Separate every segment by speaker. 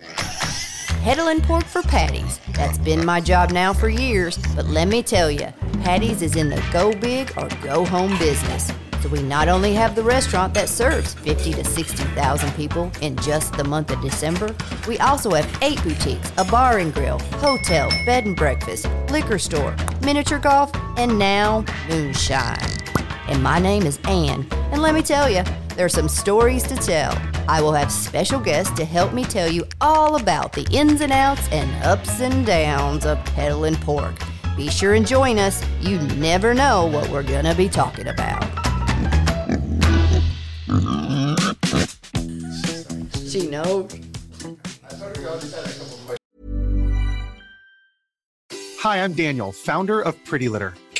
Speaker 1: Heddle and pork for patties. That's been my job now for years, but let me tell you, patties is in the go big or go home business. So we not only have the restaurant that serves 50 to 60,000 people in just the month of December, we also have eight boutiques, a bar and grill, hotel, bed and breakfast, liquor store, miniature golf, and now moonshine and my name is Anne. And let me tell you, there are some stories to tell. I will have special guests to help me tell you all about the ins and outs and ups and downs of peddling pork. Be sure and join us. You never know what we're going to be talking about. She knows.
Speaker 2: Hi, I'm Daniel, founder of Pretty Litter.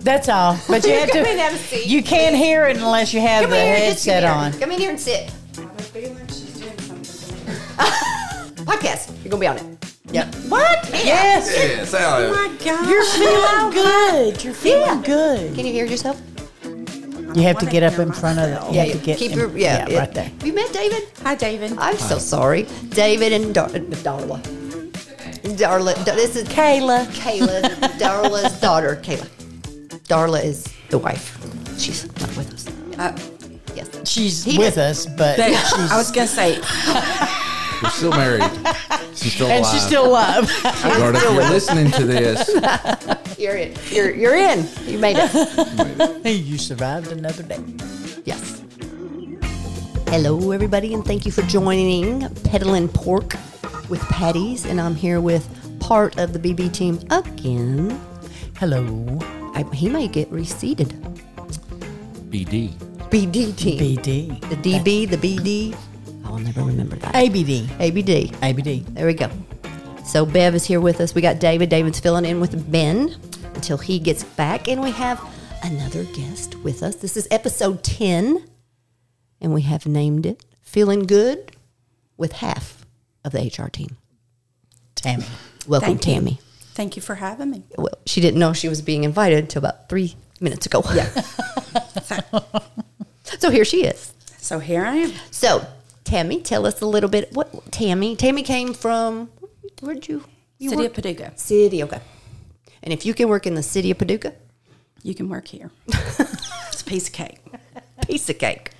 Speaker 3: That's all. But you have
Speaker 1: Come
Speaker 3: to.
Speaker 1: in, have a seat.
Speaker 3: You can't hear it unless you have
Speaker 1: Come
Speaker 3: the
Speaker 1: in here, just come
Speaker 3: headset
Speaker 1: here.
Speaker 3: on.
Speaker 1: Come in here and sit. Podcast. You're gonna be on it.
Speaker 3: Yep.
Speaker 1: What?
Speaker 3: Yes.
Speaker 4: Yeah, say hello.
Speaker 3: You're feeling good. You're feeling good.
Speaker 1: Can you hear yourself?
Speaker 3: You have to get up in front of it. You have to get
Speaker 1: Keep
Speaker 3: in-
Speaker 1: your yeah, yeah.
Speaker 3: right there.
Speaker 1: Have you met David?
Speaker 5: Hi, David.
Speaker 1: I'm so sorry, David and Dar- Darla. Darla, Dar- this is Kayla. Kayla, Darla's daughter. Kayla. Darla is the wife. She's not with us. yes.
Speaker 3: Uh, She's
Speaker 1: He
Speaker 3: with
Speaker 1: does-
Speaker 3: us, but
Speaker 5: But
Speaker 3: she's
Speaker 5: I was gonna say,
Speaker 4: We're still married. She's still
Speaker 3: and
Speaker 4: alive.
Speaker 3: she's still alive.
Speaker 4: Lord, if you're listening to this,
Speaker 1: You're in. You're, you're in. You made it.
Speaker 3: you survived another day.
Speaker 1: yes. Hello, everybody, and thank you for joining Peddling Pork with Patties. And I'm here with part of the BB team again.
Speaker 3: Hello,
Speaker 1: I, he may get reseated.
Speaker 4: BD.
Speaker 1: BD team.
Speaker 3: BD,
Speaker 1: The DB, the BD. I will never remember that.
Speaker 3: ABD,
Speaker 1: ABD.
Speaker 3: ABD.
Speaker 1: There we go. So Bev is here with us. We got David. David's filling in with Ben until he gets back. And we have another guest with us. This is episode 10. And we have named it Feeling Good with half of the HR team.
Speaker 3: Tammy.
Speaker 1: Welcome,
Speaker 5: Thank you.
Speaker 1: Tammy.
Speaker 5: thank you for having me.
Speaker 1: Well, she didn't know she was being invited until about three minutes ago. Yeah. so here she is.
Speaker 5: So here I am.
Speaker 1: So Tammy, tell us a little bit. What Tammy? Tammy came from where'd you? you
Speaker 5: City
Speaker 1: work-
Speaker 5: of Paducah.
Speaker 1: City, okay. And if you can work in the city of Paducah,
Speaker 5: You can work here. it's a piece of cake.
Speaker 1: piece of cake.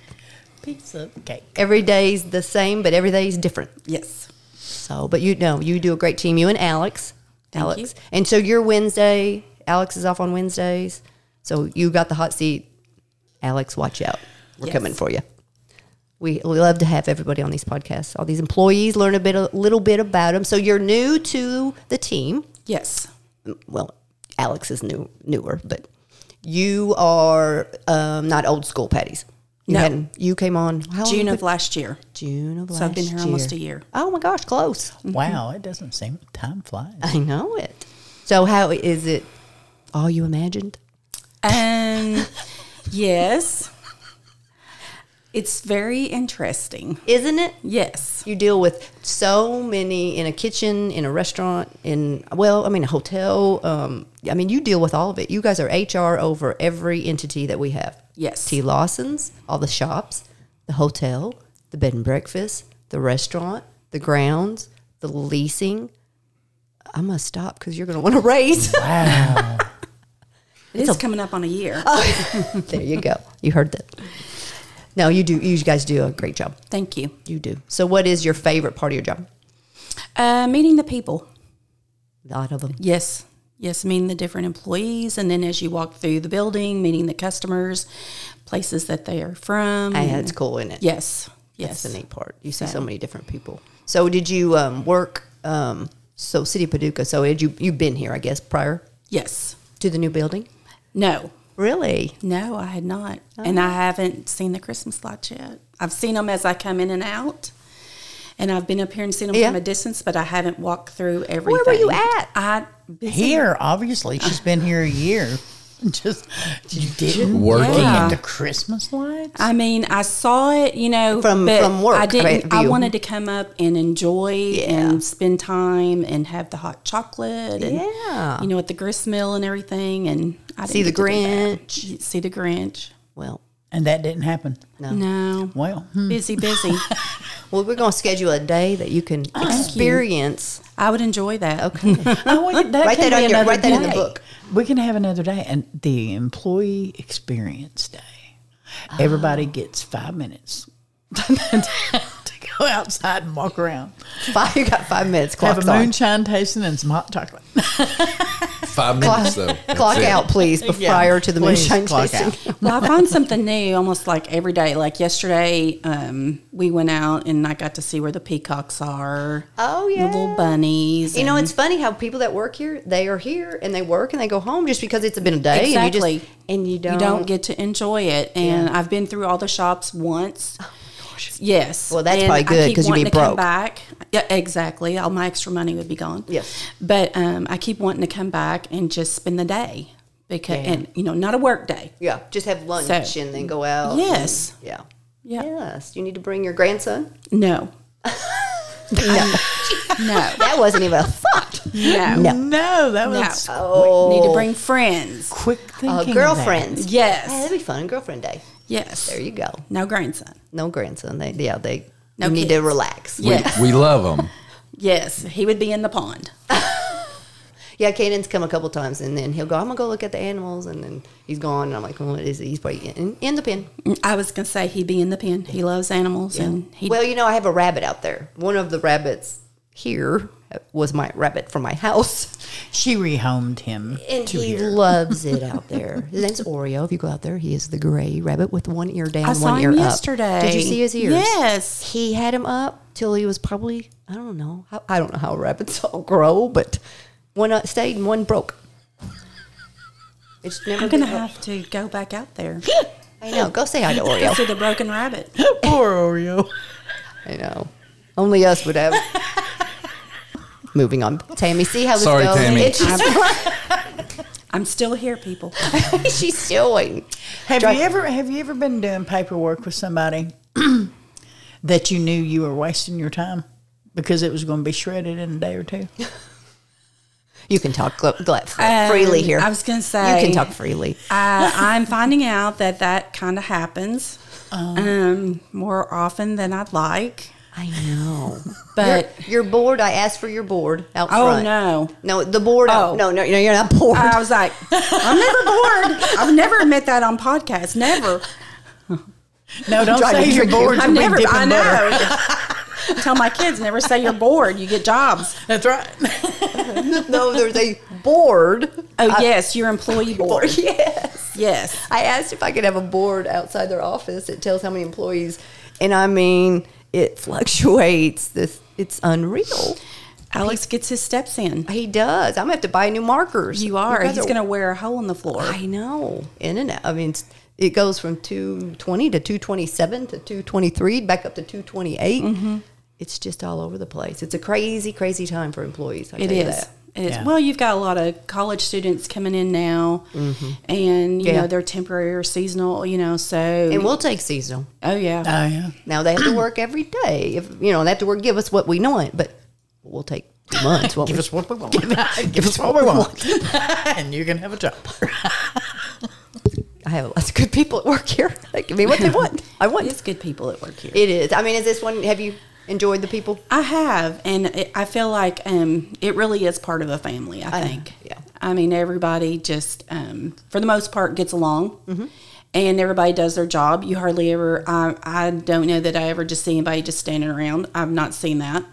Speaker 3: Piece of cake.
Speaker 1: Every day's the same, but every day's different.
Speaker 5: Yes.
Speaker 1: So, but you know, you do a great team. You and Alex,
Speaker 5: Thank
Speaker 1: Alex,
Speaker 5: you.
Speaker 1: and so your Wednesday. Alex is off on Wednesdays, so you got the hot seat. Alex, watch out. We're
Speaker 5: Yes.
Speaker 1: coming for you. We, we love to have everybody on these podcasts. All these employees learn a bit, a little bit about them. So you're new to the team.
Speaker 5: Yes.
Speaker 1: Well, Alex is new, newer, but you are um, not old school Patties. You
Speaker 5: No.
Speaker 1: hadn't- you came on how long
Speaker 5: June
Speaker 1: you
Speaker 5: of
Speaker 1: been-
Speaker 5: last year.
Speaker 1: June of last
Speaker 5: So I've been here almost a
Speaker 1: year.
Speaker 5: year.
Speaker 1: Oh my gosh, close.
Speaker 3: Wow, it doesn't seem time flies.
Speaker 1: I know it. So how is it? All you imagined?
Speaker 5: Um, yes. It's very interesting.
Speaker 1: Isn't it?
Speaker 5: Yes.
Speaker 1: You deal with so many in a kitchen, in a restaurant, in well, I mean a hotel. Um, I mean you deal with all of it. You guys are HR over every entity that we have.
Speaker 5: Yes.
Speaker 1: T Lawson's, all the shops, the hotel, the bed and breakfast, the restaurant, the grounds, the leasing. I must stop because you're going to want to raise.
Speaker 3: Wow.
Speaker 5: It is coming up on a year.
Speaker 1: there you go. You heard that. No, you do. You guys do a great job.
Speaker 5: Thank you.
Speaker 1: You do. So, what is your favorite part of your job?
Speaker 5: Uh, meeting the people.
Speaker 1: A lot of them.
Speaker 5: Yes. Yes, meeting the different employees. And then as you walk through the building, meeting the customers, places that they are
Speaker 1: And
Speaker 5: from. and-
Speaker 1: it's cool, isn't it?
Speaker 5: Mm. Yes. Yes.
Speaker 1: That's the neat part. You see so many different people. So, did you um, work? Um, so, City of Paducah. So, had you you've been here, I guess, prior
Speaker 5: Yes.
Speaker 1: to the new building?
Speaker 5: No.
Speaker 1: Really?
Speaker 5: No, I had not.
Speaker 1: Oh.
Speaker 5: And I haven't seen the Christmas lights yet. I've seen them as I come in and out. And I've been up here and seen them
Speaker 1: Yeah.
Speaker 5: from a distance, but I haven't walked through everything.
Speaker 1: were you at?
Speaker 5: I
Speaker 3: Here, obviously, she's been here a year. Just you didn't
Speaker 4: Working.
Speaker 3: look
Speaker 5: Yeah.
Speaker 3: at the Christmas lights.
Speaker 5: I mean, I saw it, you know,
Speaker 1: From-
Speaker 5: but
Speaker 1: from work,
Speaker 5: I didn't.
Speaker 1: right,
Speaker 5: I
Speaker 1: view.
Speaker 5: wanted to come up and enjoy and spend time and have the hot chocolate and
Speaker 1: Yeah.
Speaker 5: you know, at the grist mill and everything, and I
Speaker 1: See
Speaker 5: didn't
Speaker 1: the
Speaker 5: get to do
Speaker 1: Grinch.
Speaker 5: that. See the Grinch.
Speaker 1: Well,
Speaker 3: And that didn't happen.
Speaker 5: No,
Speaker 3: Well, hmm.
Speaker 5: busy, busy.
Speaker 1: well, we're going to schedule a day that you can experience.
Speaker 5: I would enjoy that.
Speaker 1: Okay.
Speaker 3: Oh, we could- that
Speaker 1: Write
Speaker 3: can
Speaker 1: that
Speaker 3: be
Speaker 1: on your-
Speaker 3: another
Speaker 1: write that in the
Speaker 3: day.
Speaker 1: book.
Speaker 3: We can have another day and the employee experience day.
Speaker 1: Oh,
Speaker 3: Everybody gets five minutes to go outside and walk around,
Speaker 1: Five, you got five minutes.
Speaker 3: have
Speaker 1: Clock's
Speaker 3: a
Speaker 1: on.
Speaker 3: moonshine tasting and some hot chocolate.
Speaker 4: Five minutes though. That's
Speaker 1: Clock
Speaker 4: it.
Speaker 1: out, please, before,
Speaker 3: Yeah,
Speaker 1: prior to the
Speaker 3: please
Speaker 1: moonshine
Speaker 3: clock
Speaker 1: tasting.
Speaker 3: out.
Speaker 5: Well, I find something new almost like every day. Like yesterday, um, we went out and I got to see where the peacocks are.
Speaker 1: Oh,
Speaker 5: The little bunnies.
Speaker 1: You know,
Speaker 5: and-
Speaker 1: it's funny how people that work here, they are here and they work and they go home just because it's been a day. And you,
Speaker 5: Exactly.
Speaker 1: just, and you don't.
Speaker 5: you don't get to enjoy it. And I've been through all the shops once.
Speaker 1: Oh
Speaker 5: Yes.
Speaker 1: Well, that's
Speaker 5: And
Speaker 1: probably
Speaker 5: I
Speaker 1: good
Speaker 5: keep
Speaker 1: 'cause you'd be
Speaker 5: wanting to come
Speaker 1: broke.
Speaker 5: back. Yeah, exactly. All my extra money would be gone.
Speaker 1: Yes.
Speaker 5: But um, I keep wanting to come back and just spend the day because, and you know, not a work day.
Speaker 1: Yeah, just have lunch
Speaker 5: So-
Speaker 1: and then go out.
Speaker 5: Yes.
Speaker 1: and- yeah.
Speaker 5: Yeah.
Speaker 1: Yes. You need to bring your grandson.
Speaker 5: No. no. No.
Speaker 1: That wasn't even a thought.
Speaker 5: No.
Speaker 3: No, that
Speaker 5: No.
Speaker 3: was
Speaker 1: Oh,
Speaker 5: Need to bring friends.
Speaker 3: quick thinking.
Speaker 1: uh,
Speaker 3: of that.
Speaker 1: girlfriends. Hey,
Speaker 5: Yes.
Speaker 1: that'd be fun. Girlfriend day.
Speaker 5: Yes.
Speaker 1: There you go.
Speaker 5: No grandson.
Speaker 1: No grandson. They, yeah, they
Speaker 5: No
Speaker 1: you need to
Speaker 5: kids.
Speaker 1: relax.
Speaker 4: We,
Speaker 5: Yes.
Speaker 4: we love them.
Speaker 5: Yes. He would be in the pond.
Speaker 1: Yeah, Caden's come a couple times and then he'll go, I'm going to go look at the animals. And then he's gone. And I'm like, well, what is it? He's probably in, in the pen.
Speaker 5: Mm, I was gonna say he'd be in the pen. He loves animals, and he
Speaker 1: Well, you know, I have a rabbit out there. One of the rabbits here was my rabbit from my house,
Speaker 3: She rehomed him
Speaker 1: and
Speaker 3: to
Speaker 1: he
Speaker 3: here.
Speaker 1: loves it out there. His name's Oreo. If you go out there, he is the gray rabbit with one ear down,
Speaker 5: I
Speaker 1: one
Speaker 5: saw
Speaker 1: ear
Speaker 5: him
Speaker 1: up.
Speaker 5: yesterday.
Speaker 1: Did you see his ears?
Speaker 5: Yes.
Speaker 1: He had him up till he was probably I don't know. How, I don't know how rabbits all grow, but one uh, stayed and one broke. It's never
Speaker 5: I'm gonna
Speaker 1: been-
Speaker 5: have to go back out there
Speaker 1: I know. Go say hi to
Speaker 5: Go
Speaker 1: Oreo.
Speaker 5: see the broken rabbit.
Speaker 3: Poor Oreo.
Speaker 1: I know. Only us would have. Moving on, Tammy. See how this
Speaker 4: Sorry,
Speaker 1: goes.
Speaker 4: Tammy.
Speaker 1: It's just-
Speaker 5: I'm still here, people.
Speaker 1: She's still waiting.
Speaker 3: Have
Speaker 1: Dri-
Speaker 3: you ever have you ever been doing paperwork with somebody that you knew you were wasting your time because it was going to be shredded in a day or two?
Speaker 1: You can talk gl- gl- fr-
Speaker 5: Um,
Speaker 1: freely here.
Speaker 5: I was gonna
Speaker 1: you
Speaker 5: say-
Speaker 1: can talk freely.
Speaker 5: I, I'm finding out that that kind of happens. um, more often than I'd like.
Speaker 1: I know.
Speaker 5: But
Speaker 1: Your board, I asked for your board out
Speaker 5: Oh,
Speaker 1: front.
Speaker 5: no.
Speaker 1: No, the board.
Speaker 5: Oh. Uh.
Speaker 1: No, no, no, you're not bored.
Speaker 5: I was like, I'm never bored. I've never admit that on podcasts. Never.
Speaker 3: No, don't
Speaker 1: trying to
Speaker 3: say you're
Speaker 1: trick you.
Speaker 3: bored.
Speaker 5: I've
Speaker 3: You'll be
Speaker 5: never.
Speaker 3: dipping
Speaker 5: I
Speaker 3: butter.
Speaker 5: know. Tell my kids never say you're bored. You get jobs.
Speaker 3: That's right.
Speaker 1: no, there's a board.
Speaker 5: Oh yes, your employee board.
Speaker 1: yes.
Speaker 5: Yes.
Speaker 1: I asked if I could have a board outside their office that tells how many employees, and I mean, it fluctuates. This it's unreal.
Speaker 5: Alex gets his steps in.
Speaker 1: He does. I'm gonna have to buy new markers.
Speaker 5: You are.
Speaker 1: guys
Speaker 5: He's going to wear a hole in the floor.
Speaker 1: I know. In and out. I mean, it's- it goes from two twenty to two twenty seven to two twenty three back up to two Mm-hmm. It's just all over the place. It's a crazy, crazy time for employees. I
Speaker 5: It
Speaker 1: tell you
Speaker 5: is.
Speaker 1: that.
Speaker 5: It is.
Speaker 3: Yeah.
Speaker 5: Well, you've got a lot of college students coming in now, and you
Speaker 1: Mm-hmm. Yeah.
Speaker 5: know they're temporary or seasonal. You know, so
Speaker 1: And we'll take seasonal.
Speaker 5: oh yeah,
Speaker 3: Oh yeah.
Speaker 1: Now they have to work every day. If you know, they have to work. Give us what we want, but we'll take two months. won't we?
Speaker 3: what we want. Give us what we want. and you can have a job.
Speaker 1: I have lots of good people at work here. They give me what they want. I
Speaker 3: Oh.
Speaker 1: want.
Speaker 5: it's good people at work here.
Speaker 1: It is. I mean, is this one? Have you enjoyed the people?
Speaker 5: I have, and it, I feel like um, it really is part of a family. I, think.
Speaker 1: yeah.
Speaker 5: I mean, everybody just, um, for the most part, gets along,
Speaker 1: Mm-hmm.
Speaker 5: and everybody does their job. You hardly ever. I, I don't know that I ever just see anybody just standing around. I've not seen that.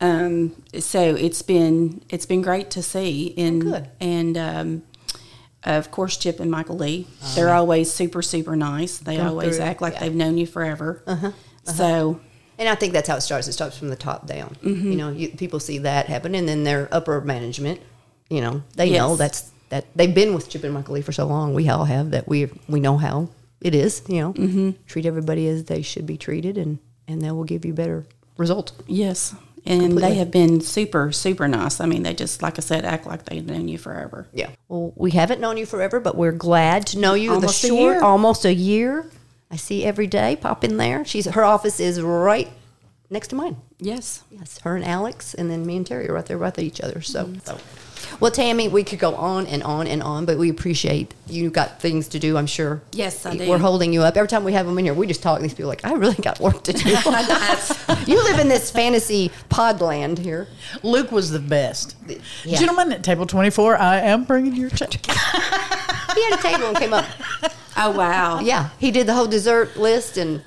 Speaker 5: Um, so it's been it's been great to see, and
Speaker 1: Oh, good.
Speaker 5: and um, of course Chip and Michael Lee. They're always super super nice. They always
Speaker 1: Oh, through, Uh-huh,
Speaker 5: act like they've known you forever. So.
Speaker 1: And I think that's how it starts. It starts from the top down.
Speaker 5: Mm-hmm.
Speaker 1: You know, you, people see that happen, and then their upper management. You know, they know
Speaker 5: Yes.
Speaker 1: that's that they've been with Chip and Michael Lee for so long. We all have that. We we know how it is. You know,
Speaker 5: Mm-hmm.
Speaker 1: treat everybody as they should be treated, and and that will give you better result.
Speaker 5: Yes. And they have been super, super nice. I mean, they just, like I said, act like they've known you forever.
Speaker 1: Yeah. Well, we haven't known you forever, but we're glad to know you.
Speaker 5: Almost
Speaker 1: the
Speaker 5: a
Speaker 1: short,
Speaker 5: year.
Speaker 1: almost a year. I see every day. Pop in there. She's her office is right next to mine.
Speaker 5: Yes.
Speaker 1: Yes, her and Alex, and then me and Terry are right there with each other. So,
Speaker 5: Mm-hmm.
Speaker 1: so. well, Tammy, we could go on and on and on, but we appreciate you got things to do. I'm sure.
Speaker 5: Yes, I do.
Speaker 1: We're holding you up every time we have them in here. We just talk. and These people are like, I really got work to do. you live in this fantasy pod land here.
Speaker 3: Luke was the best.
Speaker 1: Yeah.
Speaker 3: Gentlemen, at table 24, I am bringing your check.
Speaker 1: He had a table and came up.
Speaker 5: Oh, wow.
Speaker 1: Yeah, he did the whole dessert list and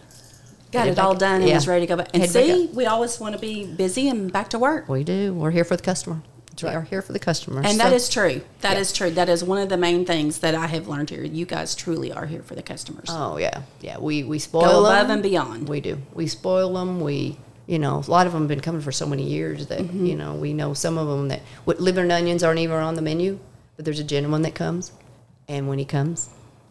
Speaker 5: Got it all done and
Speaker 1: Yeah.
Speaker 5: was ready to go back. And
Speaker 1: Had to
Speaker 5: see,
Speaker 1: go.
Speaker 5: we always want to be busy and back to work.
Speaker 1: We do. We're here for the customer. We are here for the customer.
Speaker 5: And that
Speaker 1: So-
Speaker 5: is true. That is true. That is one of the main things that I have learned here. You guys truly are here for the customers.
Speaker 1: Oh yeah, yeah. We we spoil
Speaker 5: Go above
Speaker 1: 'em.
Speaker 5: and beyond.
Speaker 1: We do. We spoil them. We you know a lot of them have been coming for so many years that
Speaker 5: Mm-hmm.
Speaker 1: you know we know some of them that what liver and onions aren't even on the menu. But there's a gentleman that comes, and when he comes,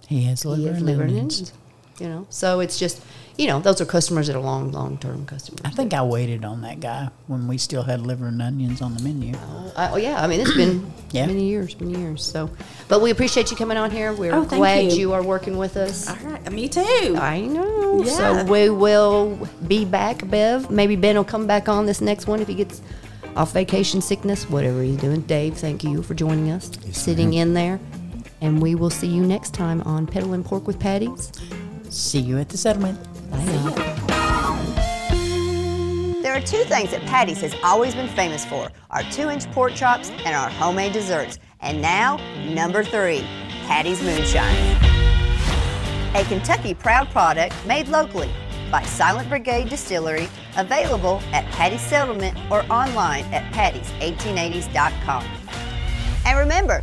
Speaker 3: He has
Speaker 1: he
Speaker 3: liver
Speaker 1: has
Speaker 3: and
Speaker 1: liver and
Speaker 3: onions.
Speaker 1: onions. You know, so it's just you know those are customers that are long long term customers.
Speaker 3: I think I waited on that guy when we still had liver and onions on the menu.
Speaker 1: I, oh yeah, I mean it's been
Speaker 3: Yeah.
Speaker 1: many years, many years. So, but we appreciate you coming on here. We're
Speaker 5: Oh, thank
Speaker 1: glad
Speaker 5: you.
Speaker 1: you are working with us.
Speaker 5: All right. Me too.
Speaker 1: I know.
Speaker 5: Yeah.
Speaker 1: So we will be back, Bev. Maybe Ben will come back on this next one if he gets off vacation sickness, whatever he's doing. Dave, thank you for joining us, sitting in there. And we will see you next time on Peddling Pork with Patties.
Speaker 3: See you at the settlement.
Speaker 1: There are two things that Patty's has always been famous for our two inch pork chops and our homemade desserts. And now, number three Patty's Moonshine. A Kentucky proud product made locally by Silent Brigade Distillery, available at Patty's Settlement or online at patty's1880s.com. And remember,